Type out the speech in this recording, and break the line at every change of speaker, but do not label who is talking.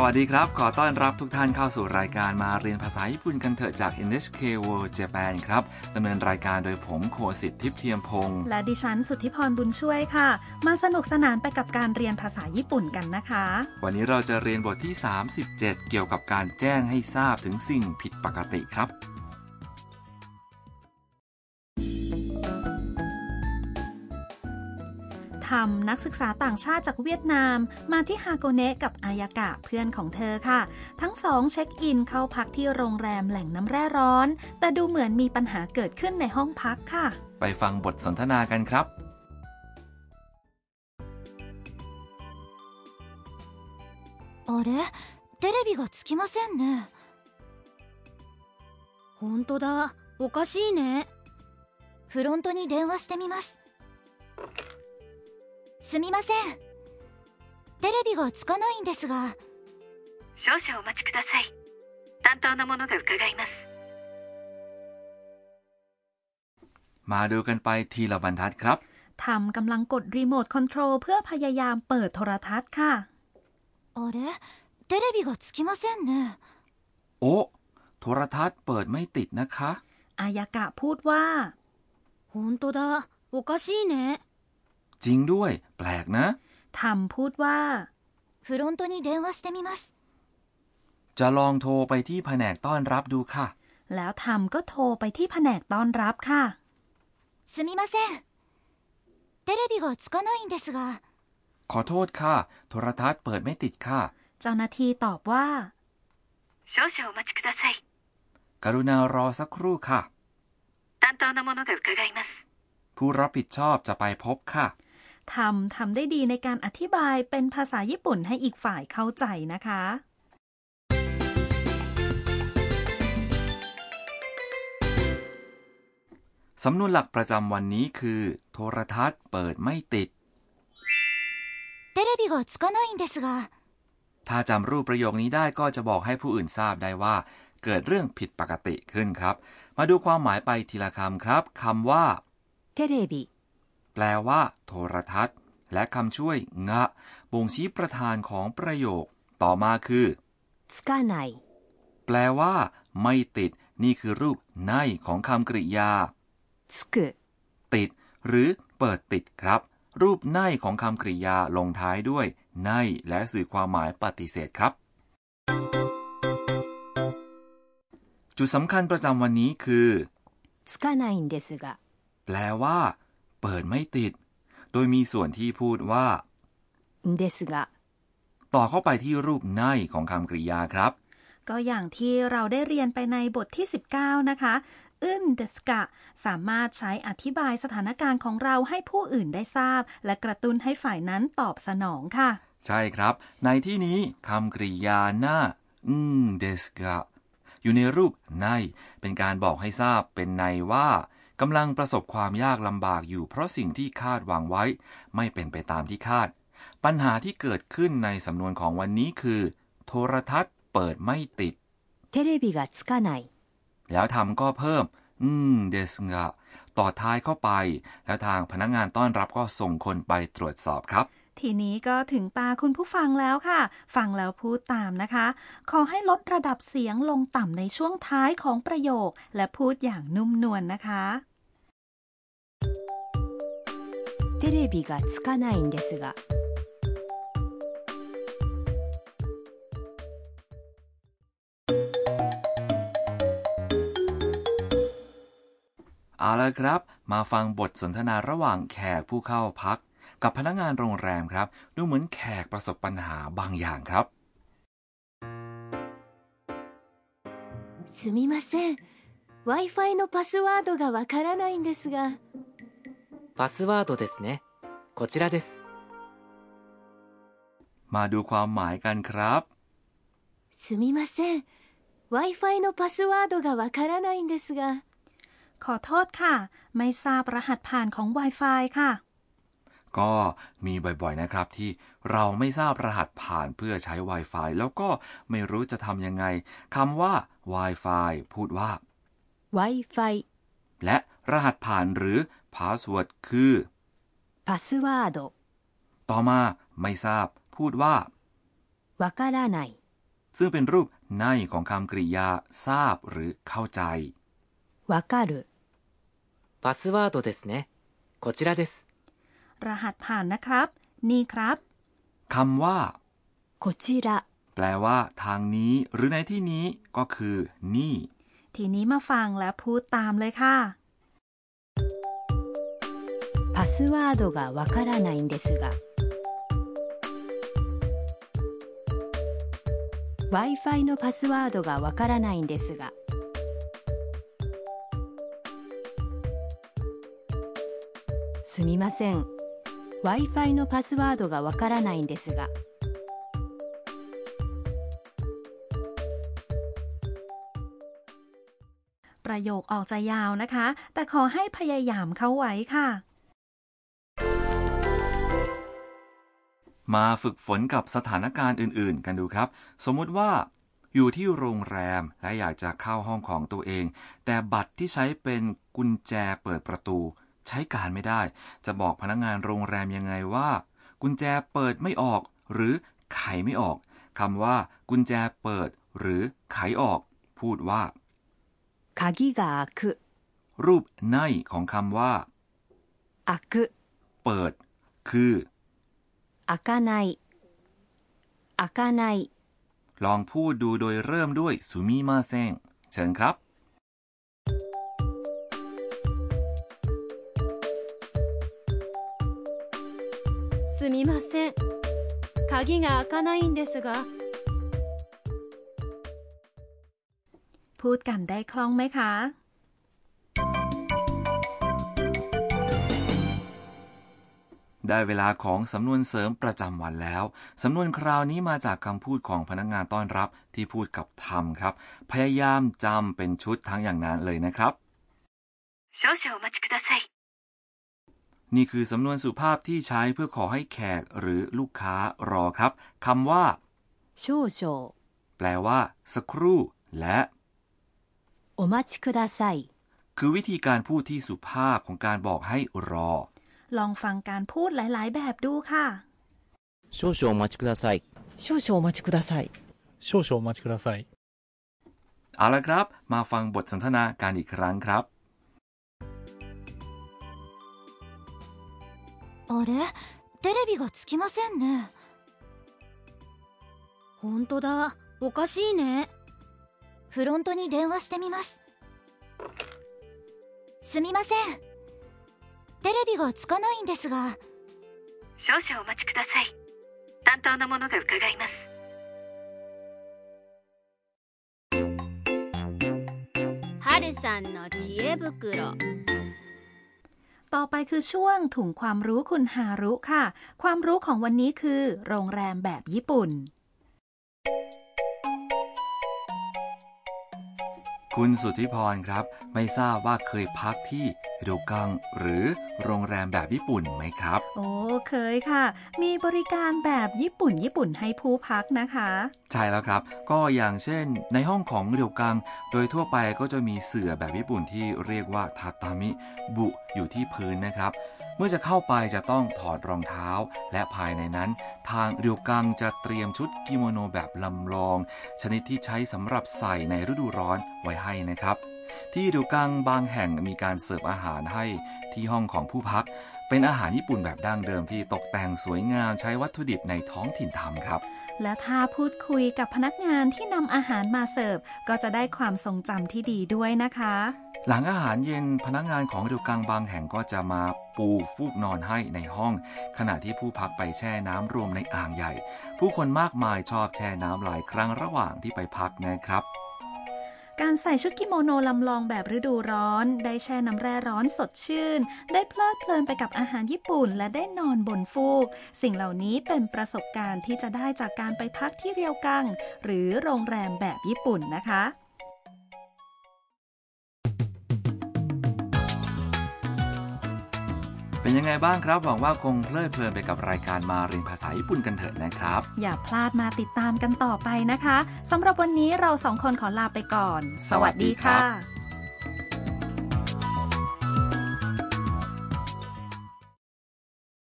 สวัสดีครับ ขอต้อนรับทุกท่านเข้าสู่รายการมาเรียนภาษาญี่ปุ่นกันเถอะจาก NHK World Japan ครับดำเนินรายการโดยผมโคสิทธิ์ทิพย์เทียมพงศ์
และดิฉันสุทธิพรบุญช่วยค่ะ มาสนุกสนานไปกับการเรียนภาษาญี่ปุ่นกันนะคะ
วันนี้เราจะเรียนบทที่ 37 เกี่ยวกับการแจ้งให้ทราบถึงสิ่งผิดปกติครับ
ทำนักศึกษาต่างชาติจากเวียดนาม มาที่ฮาโกเนะกับอายากะเพื่อนของเธอค่ะ ทั้งสองเช็คอินเข้าพักที่โรงแรมแหล่งน้ำแร่ร้อน แต่ดูเหมือนมีปัญหาเกิดขึ้นในห้องพักค่ะ
ไปฟังบทสนทนากันครับ
あれテレビがつきませんね本当だおかしいねフロントに電話してみますすみませんテレビがつかないんですが
少々お待ちください担当の者が伺います
มาดูกันไปทีละบรรทัดครับ
ทำกำลังกดรีโมทคอนโทรลเพื่อพยายามเปิดโทรทัศน์ค่ะ
あれテレビがつきませんね
โอ้โทรทัศน์เปิดไม่ติดนะคะ
อายากะพูดว่า
本当だおかしいね
จริงด้วย แปลกนะ
ทำพูดว่า
フロントに電話してみます
จะลองโทรไปที่แผนกต้อนรับดูค่ะ
แล้วทำก็โทรไปที่แผนกต้อนรับค่ะ
すみませんテレビがつかないんですが
ขอโทษค่ะ โทรทัศน์เปิดไม่ติดค่ะ
เจ้าหน้าที่ตอบว่า
少々お待ちください
กรุณารอสักครู่ค่ะ
担当の者が伺います
ผู้รับผิดชอบจะไปพบค่ะ
ทำ ทำได้ดีในการอธิบายเป็นภาษาญี่ปุ่นให้อีกฝ่ายเข้าใจนะคะ
สำนวนหลักประจำวันนี้คือ โทรทัศน์เปิดไม่ติด
テレビがつかないんですが
ถ้าจำรูปประโยคนี้ได้ก็จะบอกให้ผู้อื่นทราบได้ว่า เกิดเรื่องผิดปกติขึ้นครับ มาดูความหมายไปทีละคำครับคำว่า
テレビ
แปลว่า โทรทัศน์ และคำช่วย งะ บ่งชี้ประธานของประโยค ต่อมาคือ
つかない
แปลว่า ไม่ติด นี่คือรูปในของคำกริยา
つく
ติด หรือเปิดติดครับ รูปในของคำกริยาลงท้ายด้วย ใน และสื่อความหมายปฏิเสธครับ จุดสำคัญประจำวันนี้คือ
つかないんですが
แปลว่า เปิดไม่ติด โดยมีส่วนที่พูดว่า
ですが
ต่อเข้าไปที่รูปในของคำกริยาครับ
ก็อย่างที่เราได้เรียนไปในบทที่ 19 นะคะ อึนเดสกะ สามารถใช้อธิบายสถานการณ์ของเราให้ผู้อื่นได้ทราบ และกระตุ้นให้ฝ่ายนั้นตอบสนองค่ะ
ใช่ครับ ในที่นี้คำกริยาหน้า อืมเดสกะอยู่ในรูปใน เป็นการบอกให้ทราบเป็นในว่ากำลังประสบความยากลำบากอยู่เพราะสิ่งที่คาดหวังไว้ ไม่เป็นไปตามที่คาด ปัญหาที่เกิดขึ้นในสำนวนของวันนี้คือ โทรทัศน์เปิดไม่ติด
テレビがつかない
แล้วทำก็เพิ่ม อืม เดสกะต่อท้ายเข้าไป แล้วทางพนักงานต้อนรับก็ส่งคนไปตรวจสอบครับ
ทีนี้ก็ถึงตาคุณผู้ฟังแล้วค่ะ ฟังแล้วพูดตามนะคะ ขอให้ลดระดับเสียงลงต่ำในช่วงท้ายของประโยค และพูดอย่างนุ่มนวลนะคะ
テレビがつかないんですが
เอาละครับ มาฟังบทสนทนาระหว่างแขกผู้เข้าพัก กับพนักงานโรงแรมครับ ดูเหมือนแขกประสบปัญหาบางอย่างครับ
すみません w i f i のパスワードがわからないんですが
パスワードですね。こちらです。
มาดูความหมายกันครับ
すみません w i f i のパスワードがわからないんですが
ขอโทษค่ะ ไม่ทราบรหัสผ่านของ Wi-Fi ค่ะ
ก็มีบ่อยๆนะครับที่เราไม่ทราบรหัสผ่านเพื่อใช้ Wi-Fi แล้วก็ไม่รู้จะทำยังไงคำว่า Wi-Fi พูดว่า
w i f i
และรหัสผ่านหรือ password คือ
パスワード
ต่อมาไม่ทราบ พูดว่า
わからない
ซึ่งเป็นรูปในของคำกริยา ทราบหรือเข้าใจ
わかる
パスワードですね。こちらです。
รหัสผ่านนะครับ นี่ครับ
คำว่า
こちら
แปลว่า ทางนี้ หรือในที่นี้ก็คือ นี่
ทีนี้มาฟังและพูดตามเลยค่ะ
パスワードがわからないんですが w i f i のパスワードがわからないんですがすみません w i f i のパスワードがわからないんですが
ประโยคออกจะยาวนะคะ แต่ขอให้พยายามเข้าไว้ค่ะ
มาฝึกฝนกับสถานการณ์อื่นๆ กันดูครับ สมมุติว่า อยู่ที่โรงแรมและอยากจะเข้าห้องของตัวเอง แต่บัตรที่ใช้เป็นกุญแจเปิดประตู ใช้การไม่ได้ จะบอกพนักงานโรงแรมยังไงว่า กุญแจเปิดไม่ออก หรือไขไม่ออกคำว่า กุญแจเปิด หรือไขออก พูดว่า
鍵が開く
รูปในของคำว่า
開く
เปิด คือ
開かない開かない
ลองพูดดูโดยเริ่มด้วยซูมิมาเซงเชิญครับ
すみません鍵が開かないんですが
พูดกันได้คล่องไหมคะ
ได้เวลาของสำนวนเสริมประจำวันแล้ว สำนวนคราวนี้มาจากคำพูดของพนักงานต้อนรับที่พูดกับทำครับ พยายามจำเป็นชุดทั้งอย่างนั้นเลยนะครับ
少々お待ちください
นี่คือสำนวนสุภาพที่ใช้เพื่อขอให้แขกหรือลูกค้ารอครับคำว่า
少々
แปลว่า สักครู่ และ
お待ちください
คือวิธีการพูดที่สุภาพของการบอกให้รอ
ลองฟังการพูดหลาย ๆ แบบดูค่ะ
少々お待ちください。
少々お待ちください
少々お待ちください。
เอาละครับ มาฟังบทสนทนาการอีกครั้งครับ
あれテレビがつきませんね本当だおかしいねフロントに電話してみますすみませんテレビがつかないんですが
少々お待ちください担当の者が伺います
はるさんの知恵袋
ต่อไปคือช่วงถุงความรู้คุณฮารุค่ะ ความรู้ของวันนี้คือ โรงแรมแบบญี่ปุ่น
คุณสุทธิพรครับ ไม่ทราบว่าเคยพักที่ฮิโดกัง หรือโรงแรมแบบญี่ปุ่นไหมครับ
โอ้เคยค่ะ มีบริการแบบญี่ปุ่นญี่ปุ่นให้ผู้พักนะคะ
ใช่แล้วครับ ก็อย่างเช่น ในห้องของเรียวกัง โดยทั่วไปก็จะมีเสื่อแบบญี่ปุ่นที่เรียกว่าทาตามิ บุ อยู่ที่พื้นนะครับ เมื่อจะเข้าไปจะต้องถอดรองเท้า และภายในนั้น ทางเรียวกังจะเตรียมชุดกิโมโนแบบลำลอง ชนิดที่ใช้สำหรับใส่ในฤดูร้อนไว้ให้นะครับ ที่เรียวกังบางแห่งมีการเสิร์ฟอาหารให้ที่ห้องของผู้พัก เป็นอาหารญี่ปุ่นแบบดั้งเดิมที่ตกแต่งสวยงามใช้วัตถุดิบในท้องถิ่นทำครับ
และถ้าพูดคุยกับพนักงานที่นำอาหารมาเสิร์ฟ ก็จะได้ความทรงจำที่ดีด้วยนะคะ
หลังอาหารเย็นพนักงานของเรือกลางบางแห่งก็จะมาปูฟูกนอนให้ในห้อง ขณะที่ผู้พักไปแช่น้ำรวมในอ่างใหญ่ ผู้คนมากมายชอบแช่น้ำหลายครั้งระหว่างที่ไปพักนะครับ
การใส่ชุดกิโมโนลำลองแบบฤดูร้อน ได้แช่น้ำแร่ร้อนสดชื่น ได้เพลิดเพลินไปกับอาหารญี่ปุ่น และได้นอนบนฟูก สิ่งเหล่านี้เป็นประสบการณ์ที่จะได้จากการไปพักที่เรียวกัง หรือโรงแรมแบบญี่ปุ่นนะคะ
เป็นยังไงบ้างครับ หวังว่าคงเพลิดเพลินไปกับรายการมาเรียนภาษาญี่ปุ่นกันเถอะนะครับ
อย่าพลาดมาติดตามกันต่อไปนะคะสำหรับวันนี้เราสองคนขอลาไปก่อน
สวัสดีครับ